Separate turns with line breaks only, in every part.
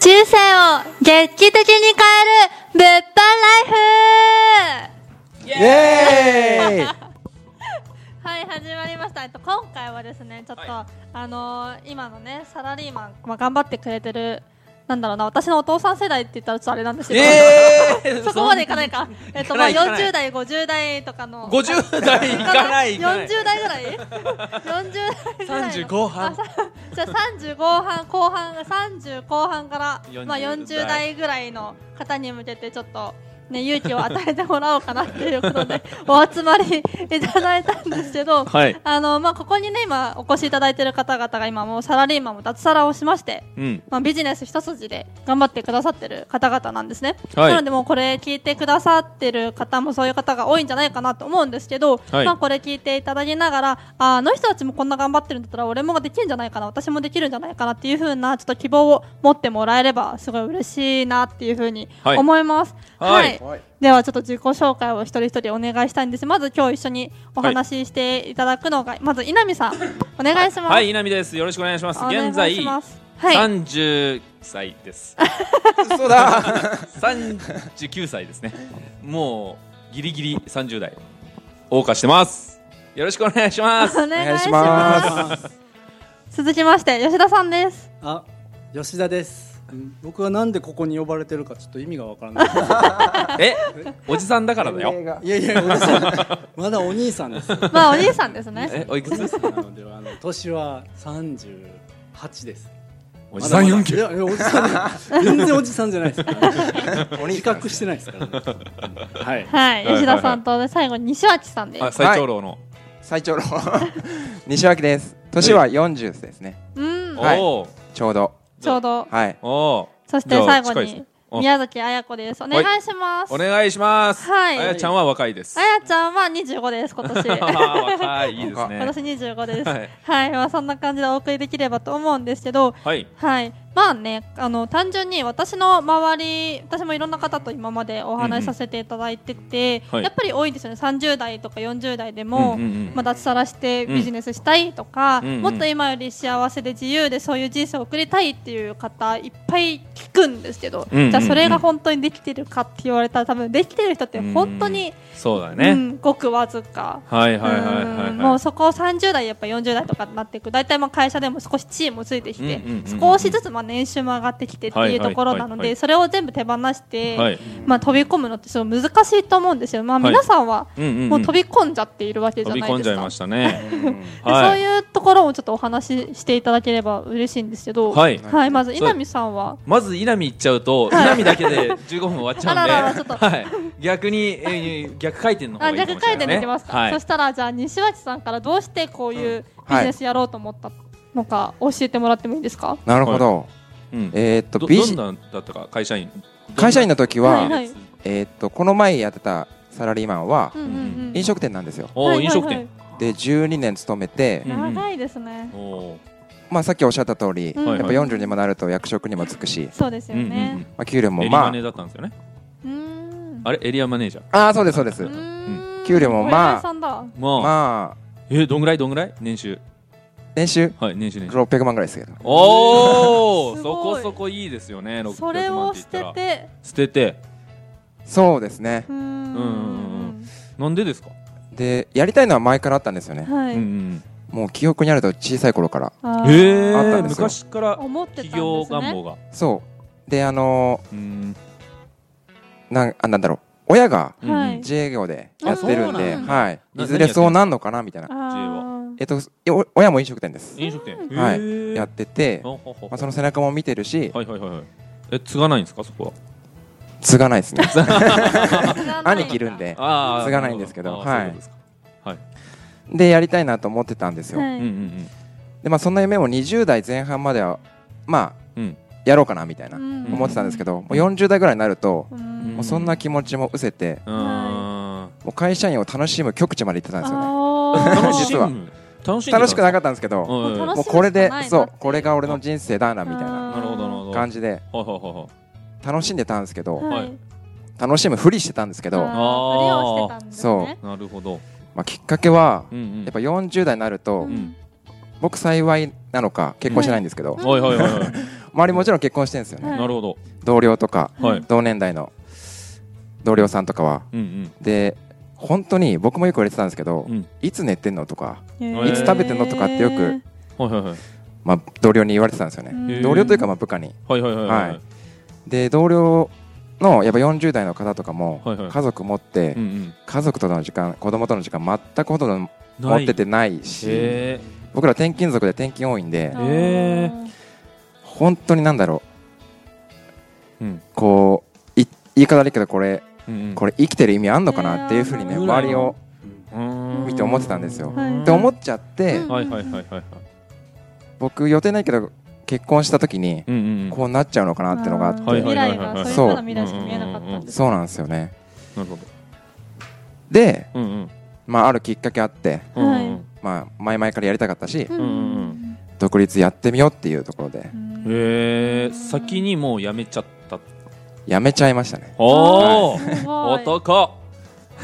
人生を劇的に変える物販ライ
イエーイ
フはい始まりましたえっと今回はですねちょっと、
は
あのー今のねサラリーマン、まあ、頑張ってくれてるなんだろうな私のお父さん世代って言ったらちょっとあれなんですけど、
え ー、
そこまでいかないかえっとまあ
いかない
40代50代とかの
50代いかないいかない
40代ぐらい ?40 代ぐらいの
35半
あさじゃあ30後半後半30後半から
40
まあ、40
代
代ぐらいの方に向けてちょっと、ね、勇気を与えてもらおうかなっていうこと でお集まりいただいたんですけど、
はい
あのまあ、ここにね今お越しいただいている方々が今もうサラリーマンも脱サラをしまして、
うん
まあ、ビジネス一筋で頑張ってくださってる方々なんですね、
はい
なのでもうこれ聞いてくださってる方もそういう方が多いんじゃないかなと思うんですけど、
はい
まあ、これ聞いていただきながらああの人たちもこんな頑張ってるんだったら俺もできるんじゃないかな私もできるんじゃないかなっていう風なちょっと希望を持ってもらえればすごい嬉しいなっていう風に
はい
思います、
はい
はい
ではちょっと自己紹介を一人一人お願いしたいんですまず今日一緒にお話ししていただくのが、まず稲見さんお願いします、
はい、稲見です。よろしくお願いします。
お願
現
いし
在、
ますはい
30歳です。
嘘だ
39歳ですね。もう、ギリギリ30代。謳歌してます。よろしくお願いします。
お願いし
お願い
ま
し
す続きまして吉田さんです
あ、吉田です。うん僕はなんでここに呼ばれてるかちょっと意味がわからない。
え、おじさんだからだよ。
いやいや、おじさんまだお兄さんです。
まあお兄さんですね
え、おいくつです
なのであの年は三十八です。
おじさん
まだま
4
だ
級
い。やいやおじさん全然おじさんじゃないですから。
お
自覚してないですから、はい。
はい
はい
吉田さんとで最後に西脇さんです
あ、最長老の。
最長老 西脇です年は40ですね
うん
はい
おー
ちょうど
ちょうど
はい
お
そして
じゃあ
最後
近いです
に
ねお
宮崎彩子ですお願いします
ーお願いします。
はい
あやちゃんは若いです。
あやちゃんは25です今年
若い、いいですね。
私25です
はい
はいまあそんな感じでお送りできればと思うんですけど
はい。
はいまあねあの単純に私の周り私もいろんな方と今までお話しさせていただいてて、
うんはい
やっぱり多いんですよね30代とか40代でも、
うんうんうん
まあ、脱サラしてビジネスしたいとか、
うんうん
もっと今より幸せで自由でそういう人生を送りたいっていう方いっぱい聞くんですけど、
うんうんう
じ
ん
ゃあそれが本当にできてるかって言われたら多分できてる人って本当に、
そうだ
う
ね。
んごくわずか
はいはいはいはいは
う
い。
んもうそこを30代やっぱ40代とかになっていく大体まあ会社でも少し地位もついてきて
うんうんうんうん
少しずつまあ年収も上がってきてって
はい
い
は
う
い
ところなの
はいは
で
い
それを全部手放して、
はい。
まあ、飛び込むのってすごい難しいと思うんですよ、まあ、
はい
皆さんは
うんうんうん
もう飛び込んじゃっているわけじゃ
飛
ない
び
ですか。
込んじゃいましたね。
で
はい
そういうところもちょっとお話ししていただければ嬉しいんですけど、
はい
まず稲見さんは
まず稲見行っちゃうと、稲見だけで15分終わっちゃうんで、
あらららちょっと
はい、逆に、えー逆回転の方
あ
がいいか
逆
もし
回
れ
転
ない、ね、
できますか、
はい
そしたらじゃあ西脇さんからどうしてこういうビジネスやろうと思ったのか教えてもらってもいいですか、
なるほど
うん、
えーっと
ど
ビジ
どんなだったか会社員
会社員の時
はいは
はいえーっとこの前やってたサラリーマンは
うんうんうん
飲食店なんですよ
おー、
はいはいはい
飲食店
で12年勤めて
うんうん
長いですね、
おー
まあさっきおっしゃった通りやっ
うん
ぱ40にもなると役職にもつくし
そうですよね
まあ給料
エ
も
リア
ま
マ
あ
ネーだったんですよね
うーん
あれエリアマネージャー
ああそうですそうです
うーん
給料もまあ
お偉いさんだ
まあ、
まあ
えーどんぐらいどんぐらい年収
年収
はい年収年収
600万ぐらいですけど
おお
す
そ
ごい
こそこいいですよね600万って言ったら
それを捨てて
捨てて
そうですね
うーん
うんうんなんでですか、
でやりたいのは前からあったんですよね
はい、
うんうん
もう記憶にあると小さい頃から
あ
え
ー
あった
ー、
んですよ
昔から
思ってたんですね
企業願望が、
そうであの
うん
ーなんあなんだろう親が
は
うん
い
自営業でやってるん
あそう
で、
なんだ
はい、
ない
ずれそうなんのかなみたいな
あー
えっとお親も飲食店です
飲食店、
はい
えー
やってて、ま
ほほほ
あ、その背中も見てるし
はいはいはいはいえ継がないんですかそこは
継がないですね 兄
兄
貴いるんで
あ
継がないんですけどはい
そういうことですかはい
でやりたいなと思ってたんですよ、
はい
うんうん
でまあそんな夢も20代前半まではまあ
うん
やろうかなみたいな
うん
思ってたんですけど、もう40代ぐらいになると、
う
うん
ん
もうそんな気持ちも失せて
うんあ
もう会社員を楽しむ極致まで行ってたんですよね
ー
あ
楽
ー
し
実は
む楽しんでた
楽しくなかったんですけど、
うんうんうんなる
楽し
もうこれで
楽しみしかないな
そうこれが俺の人生だなみたいな
あー
ほどなるほど
感じで
はいはいはいはい
楽しんでたんですけど、
はい
楽しむふりしてたんですけど、
あー
ま
ふりをしてたんですね
なるほど
あ、きっかけは
うんうん
やっぱ40代になると、
うん
ん
僕幸いなのか結婚してないんですけど、
うん
はいはいはいはい
周りもちろん結婚してるんですよね、
はい
なるほど。
同僚とか、
はい
同年代の同僚さんとかは
うん
で本当に僕もよく言われてたんですけど、
うん。うん。
いつ寝てんのとか、
へ
い
ー
つ
食べてんのとかってよく
はいはいはい。
まあ、同僚に言われてたんですよね、
うん
同僚というかまあ部下に
はいはいはいは
はいい。で同僚のやっぱ40代の方とかも
はいはい
家族持って、
うんうん。
家族との時間子供との時間全くほとんど持
ない
っててないし
へ
僕ら転勤族で転勤多いんで
あー
え
本当になんだろ
え。うん
うこうい言い方悪いけどこれ
うんうん。
これ生きてる意味あんのかなっていうふうにね
えーなるほど
周りを
うーん
見て思ってたんですよ
はい
って思
は
っちゃって
うん
いはいはいはいはい。
僕予定ないけど結婚した時に
うんうん。
こうなっちゃうのかなってのがあって
ー
はいはい
未来がそういうただ未来しか見えなかったんです
そうなんですよね
なるほど。
で、
うんうん。
まあ、あるきっかけあって、
うん
はい
うん
まあ、前々からやりたかったし
うんうん
独立やってみようっていうところで
うんうん
へえ。先にもう辞めちゃった。
やめちゃいましたね
おお。
すごい
男。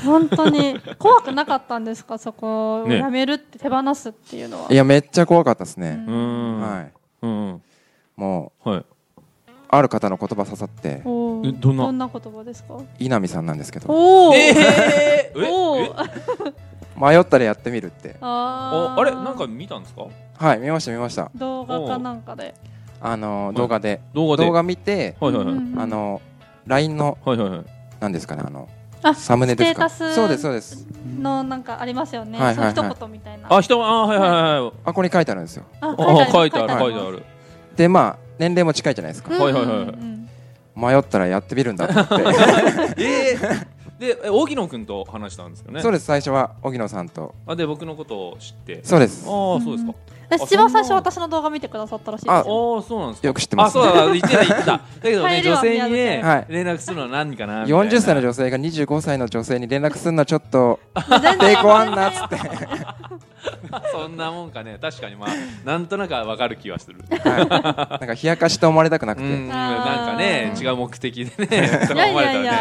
本当に怖くなかったんですかそこを
ね
やめるって手放すっていうのはい
やめっちゃ怖かったですね、
うーん。。
はいい
うんうん。
も
はい。
うある方の言葉刺さって
おー
えどんな
どんな言葉ですか
稲見さんなんですけど
おお
えー
お
え
ーあ
迷ったらやってみるって
あ
ー
あれなんか見たんですか
はい見ました見ました
動画かなんかで
あの
い
ー動画で
動画で
動画見て
はいはいはい
うん
あのー LINE の
はいはいはい
なんですかねあの
あ
サムネですか
ステータス
そうですそうです
のなんかありますよね
はいはいはい
その一言みたいな
あ人あはいはいはいはい
あここに書いてあるんですよ
あ
あ書いてある
ます
書いてある
でまあ年齢も近いじゃないですか
うん
はいはいはいはい
うんうん
迷ったらやってみる んだと思っ
えー でえ荻野君と話したんですよ
て
ね
そうです最初は荻野さんと
あで僕のことを知って
そうで
ああ
す
そうですか
え千葉最初私の動画見てくださったらしいです
ああ
よ
そうなんですか
よく知ってます
あそうだ言ってた言 ってただけど
入
ね
るわ
女性
宮
にね
野
さん
連絡するのは何かなみたいな
40歳の女性が25歳の女性に連絡するのはちょっと
全然
抵抗あんな っつっては
そんなもんかね確かにまあなんとなくわかる気はする
いなんか冷やかしと思われたくなく
う
て
んなんかね違う目的でね と
い
か
やい
思われ
や
た
い
らね
や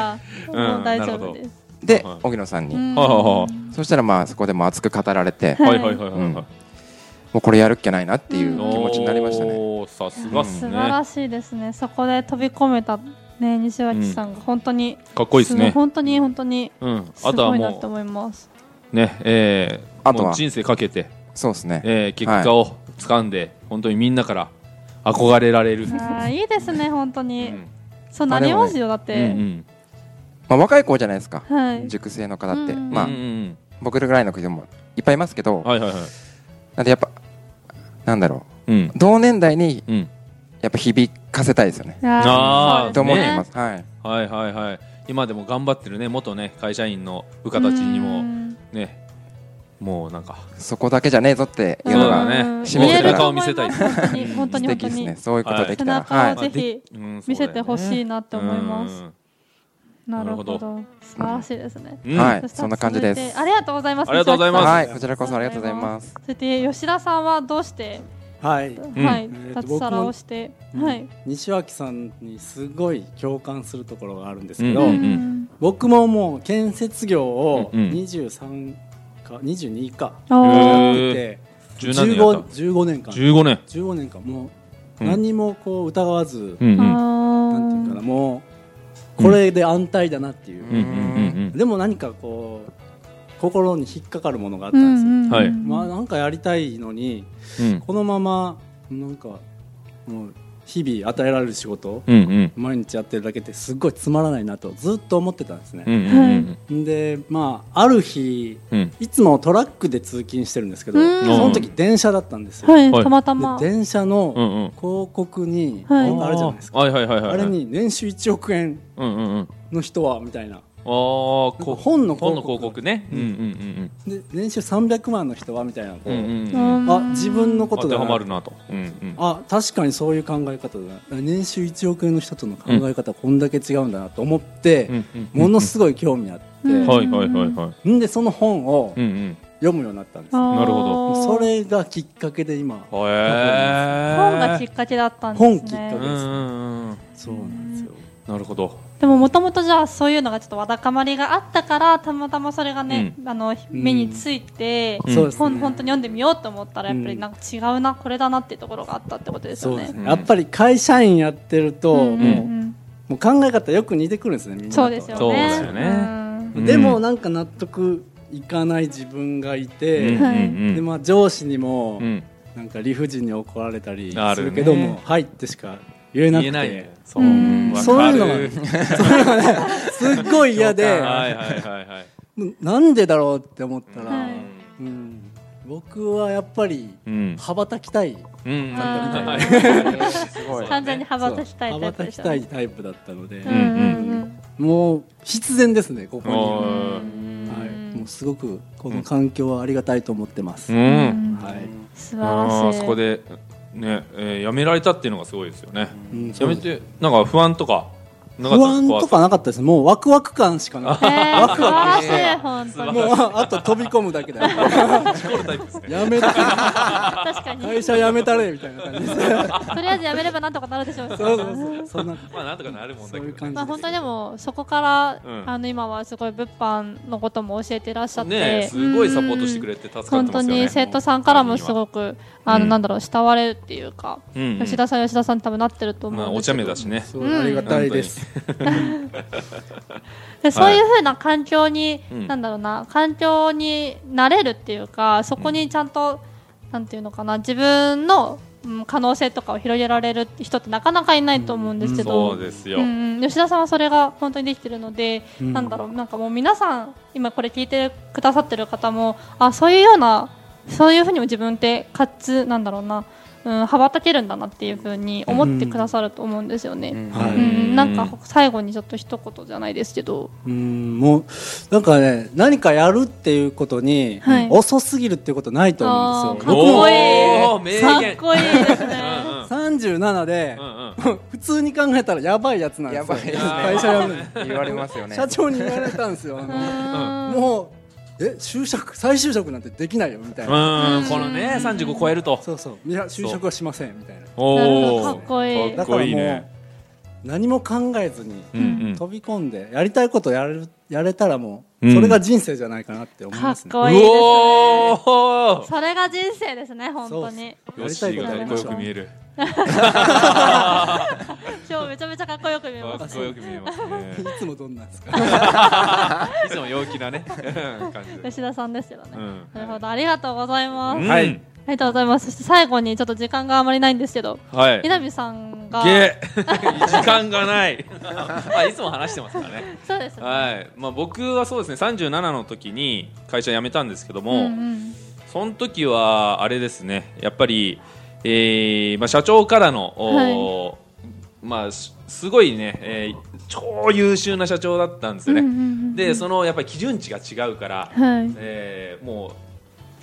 うん
もう大丈夫です
で
はい
荻野さんに、
うん
はいはい
そしたらまあそこでも熱く語られて、
や
はい
いや
はいはいはいはい
もうこれやるっきゃないなっていう
う
気
ん
持ちになりましたね。
おーさすがっ
素
す
晴
ね
らしいですねそこで飛び込めたね西脇さんが本当に
かっこいいですね
ご本当に本当に
うん
す
あとは
ごいなって
も
思います
うねえー
あとは
もう人生かけて
そうですね。
えー結果を掴んで本当にみんなから憧れられる
あーいいですね本当
うん
に、
うん
そうなりますよだっ
う
て、
ん
まあ若い子じゃないですか。
はい
熟成の方って、
うん
まあ
うんうん
僕らぐらいの人もいっぱいいますけど、
はいはいはい
なんでやっぱなんだろ
うん
う同年代に
うん
やっぱ響かせたいですよね。
あー
そうですね
と思っています。はい。
はいはいはい今でも頑張ってるね元ね会社員の部下たちに
う
も
ん
ねもうなんか
そこだけじゃねえぞっていうの
うん
が
うん
示せた
言
ら
えると思
見せたい
ます本当に本当
素
に本
敵
当
ですね。
に
そういうことでき
背
たら、
中
は
を
い。
ぜひ見せてほしい
なっ
なって思います、なるほど
なる
素晴らしいですね、
は
そ
い。
した
そ
ら
んな感じです
続いて。ありがとうございます
ありがとうございます
は
西
い。こちらこそありがとうございます。
脇さんそして吉田さんはどうして、
はい
ん
はい
えーと
脱サラをして、
僕も
はい
西脇さんにすごい共感するところがあるんですけ
う
ど、
んうん
僕ももう建設業を
うんうん
23か22か
あー
やってて
十何年やっ
15, 15年
た
間
15年
15年間も
う
う
ん
何もこう疑わず、
うんうん
なんていうか
あ
なもうこれで安泰だなっていう
うんう、んうん
でも何かこう心に引っかかるものがあっ
ーう
たんですよ、
んうん
はい
まあなんかやりたいのに
うん
このままなんかもう日々与えられる仕事
うんうん
毎日やってるだけってすごいつまらないなとずっと思ってたんですね
うんう、んうん
でまあある日
うん
いつもトラックで通勤してるんですけど、
うん
その時電車だったんですよ、
はい、
はい
たまた
で
ま
電車
う
の
んうん
広告に、
はい
あれじゃないですか、
はいはいはいはい
あれに年収1億円
うんうんうん
の人はみたいな
あー
なん
こ
か本の広告
本の広告ねうんうん
で年収300万の人はみたいなこ
う
う、
んうんうんうんう
う
ん
ん
あ自分のこ
当
と
て
だ
は
な
まるなとうんうん
あ確かにそういう考え方だな年収1億円の人との考え方こんだけ違うんだなと思って、
うんうん
ものすごい興味あって、
うん
はいはいはいはい
んでその本を
うんうん
読むようになったんです、
なるほ
あー
それがきっかけで今
へえ
本がきっかけだったんですね
本きっかけ
うんうんうん
そうなんですよ
なるほど
でももともとじゃあそういうのがちょっとわだかまりがあったからたまたまそれがね、あの目について、
ん
そうですね
ほん本当に読んでみようと思ったらやっぱ
う
り
ん
なんか違うな、これだなっていうところがあったってことです
そ
よ
う
ね。
です
う
ね
ん
やっぱり会社員やってると、
うんうん
もう
うん
もう考え方よく似てくるんですねみんなと
そうですよね。
そうだよね
うん
うん
でもなんか納得いかない自分がいて、
はい
でまあ、上司にも、
うん
なんか理不尽に怒られたり
あ
す
るね
るけども「はい」ってしか言えなく
言
て
えないねそううん
ん
わ
そう
か
い
る
うのすっごい嫌で
はいはいはいはい
もうなんでだろうって思ったら、
はい
うん、僕はやっぱり
うん
羽ばたきたい
うん
あ
すごい
完全に羽ばたきたい
羽
タイ
ば
プ
た
で
き
したた
い
ね。
タイプだったので、
うんうん
もう必然ですねここに、
お
う
ー
は
ん
い、もうすごくこの環境はありがたいと思ってます、
うん
はい
素晴
あ
ら
ー
しい。
そこでねえー辞められたっていうのがすごいですよね
うん
辞めてなんか不安とかなか
不
ったです
安とかなかったですもうワクワク感しかな
え
か
ー、素
っワクワ
晴ら
ク
し
して
い本当
素
に。
晴
たもうああと飛び込むだけだよ
スコールタイプですね
やめた
確かに。
会社辞めたれみたいな感じです
とりあえずやめればなんとかなるでしょうね。
そうそうそうそんな
まあなんとかなるもんだけ
そういう
ど
感
ね
じ
まあ、本当にでもそこから、
うん
あの今はすごい物販のことも教えていらっしゃって、
ねすごいサポートしてく
れ
れて助かってます
本
よ
当
ね
に生徒さんからもす
い
ごくあの、
うん
なんだろう慕われるっていうか、
うんうん
吉田さん吉田さんに多分なってると思
まあ
うん
お
です
茶
けど、
目だしね
すごいありがたいです
でそういうふうな環境に、
うん
なんだろうな環境になれるっていうかそこにちゃんと、なんていうのかな自分の、うん可能性とかを広げられる人ってなかなかいないと思うんですけど、
そうですよ
うんうん、吉田さんはそれが本当にできてるので、
うん
なんだろうなんかもう皆さん今これ聞いてくださってる方もあそういうようなそういうふうにも自分ってかつなんだろうな、うん、羽ばたけるんだなっていうふうに思ってくださると思うんですよね。うん
はい
うんなんか最後にちょっと一言じゃないですけど、
うんもうなんかね何かやるっていうことに、
はい
遅すぎるっていうことないと思うんです
あーか
よ
っこいい
おー名
か
言
っこいいですね。
37で
う、んうんうんうん
普通に考えたらやばいやつなんで
や
すよ
ばいですね
会社辞める
言われますよね
社長に言われたんですよあの
うん
もうえ就職再就職なんてできないよみたいな
うんこのね35超えると
そうそういや就職はしませんみたいな
なる
お
ほど
お
かっこいい
か
だ
っ
か
こ
らも
いいうね
何も考えずに
うんうん
飛び込んでやりたいことやれるやれたらも
うん
うそれが人生じゃないかなって思い
か
ま
っ
すね
こいいですね。
うお
それが人生ですね本当に。
ーよ
やり
した
い
ー
こと
が
や
か
り
っこ
まし
よ
ょ
く見
う
える
今日めちゃめちゃかっこよく見えます
かっ。こよく見えますね
いつもどんなんですか
いつも陽気な ねうん感じで
吉田さんですよね。
うん
なるほど、ありがとうございます。
うん
あ
はい
りがとうございます。そして最後にちょっと時間があまりないんですけど、
はい
稲見さんが、
ゲー 時間がないまあいつも話してますからね
そうですね。
はいまあ僕はそうですね37の時に会社辞めたんですけど
うん
も、
うん
その時はあれですねやっぱり、えーまあ、社長からの、おーまあすすごいね、えー超優秀な社長だったんですよね、
うんうんうん
でそのやっぱり基準値が違うから、
はい
えーもう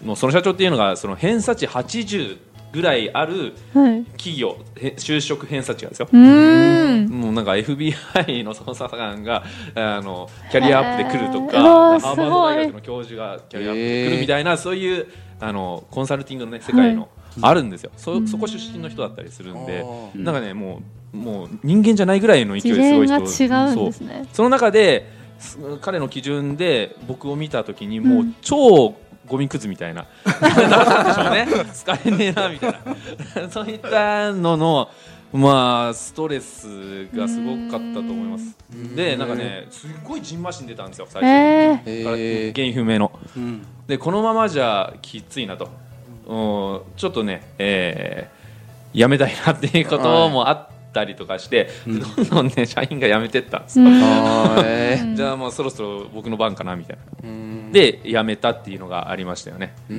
もうその社長っていうのがその偏差値80ぐらいある
はい。う
企業へ就職偏差値がですよ、
ーん。
もうなんか FBI の捜査官があのキャリアアップで来ると
へーうわ
か、
ー
ハー
すごい
バード大学の教授がキャリアアップで来るみたいな、そういうあのコンサルティングの、ね、世界の、あるんですよそそこ出身の人だったりするんで、
お
なんかねもうもう人間じゃないぐらいの勢い
次
ですごい
元
人
が違うん
そ
ですね。
その中です彼の基準で僕を見た時にもう超ゴミくずみたいな、 なんでしょうね疲れねえなみたいな そういったののまあストレスがすごかったと思いますでなんかねすっごいじんましん出たんですよ最初、
え
え
から
ー
原因不明の
うん
でこのままじゃきついなと、うんちょっとね、えーやめたいなっていうこともあったりとかして、どんどんね社員が辞めてったんですよ、
ー。
あ ーえ
じ ゃあもうそろそろ僕の番かなみたいな
ーうん
で辞めたっていうのがありましたよね
う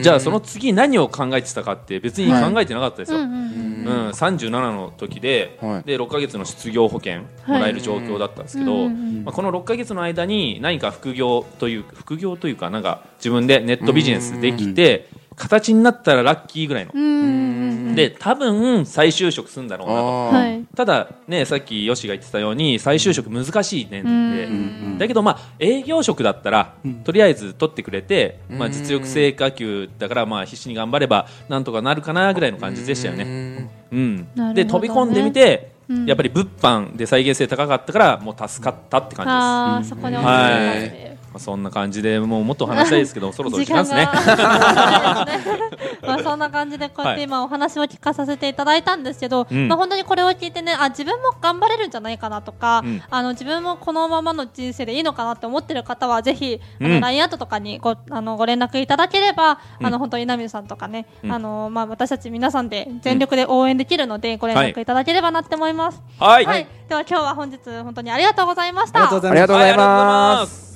ん
じゃあその次何を考えてたかって別に考えてなかったですよ、
うんうんうん
うん37の時で,、
はい
で6か月の失業保険もらえる状況だったんですけど、
うんうんうん
まあ、この6か月の間に何か副業という副業というかなんか自分でネットビジネスできて形になったらラッキーぐらいの、
うんうん。
で多分再就職するんだろうなと
は
あ
い。
ただねさっきよしが言ってたように再就職難しいねって、
うん
だけどまあ営業職だったら、とりあえず取ってくれて、まあ、
うん
実力成果級だからまあ必死に頑張ればなんとかなるかなぐらいの感じでしたよね、
ね
うん
なるほどね
で飛び込んでみて、
うん
やっぱり物販で再現性高かったからもう助かったって感じですま
ああ、そこで思い出したっていう。
あ。そんな感じでもうもっと話したいですけ どそろそろ時間ですね。
が まあそんな感じでこうやって今お話を聞かさせていただいたんですけど、
うん
まあ本当にこれを聞いてね、あ自分も頑張れるんじゃないかなとか、
うん
あの自分もこのままの人生でいいのかなって思ってる方はぜひあの
うん
LINE アートとかにごあのご連絡いただければ、
うん
あの本当にナミさんとかね、
うん
あのまあ私たち皆さんで全力で応援できるのでご連絡いただければなって思います。
はい、
はい、では今日は本日本当にありがとうございました。
ありがとうございま
あり
す
がとうご
は
ざい
いありがとうございま
ま。
す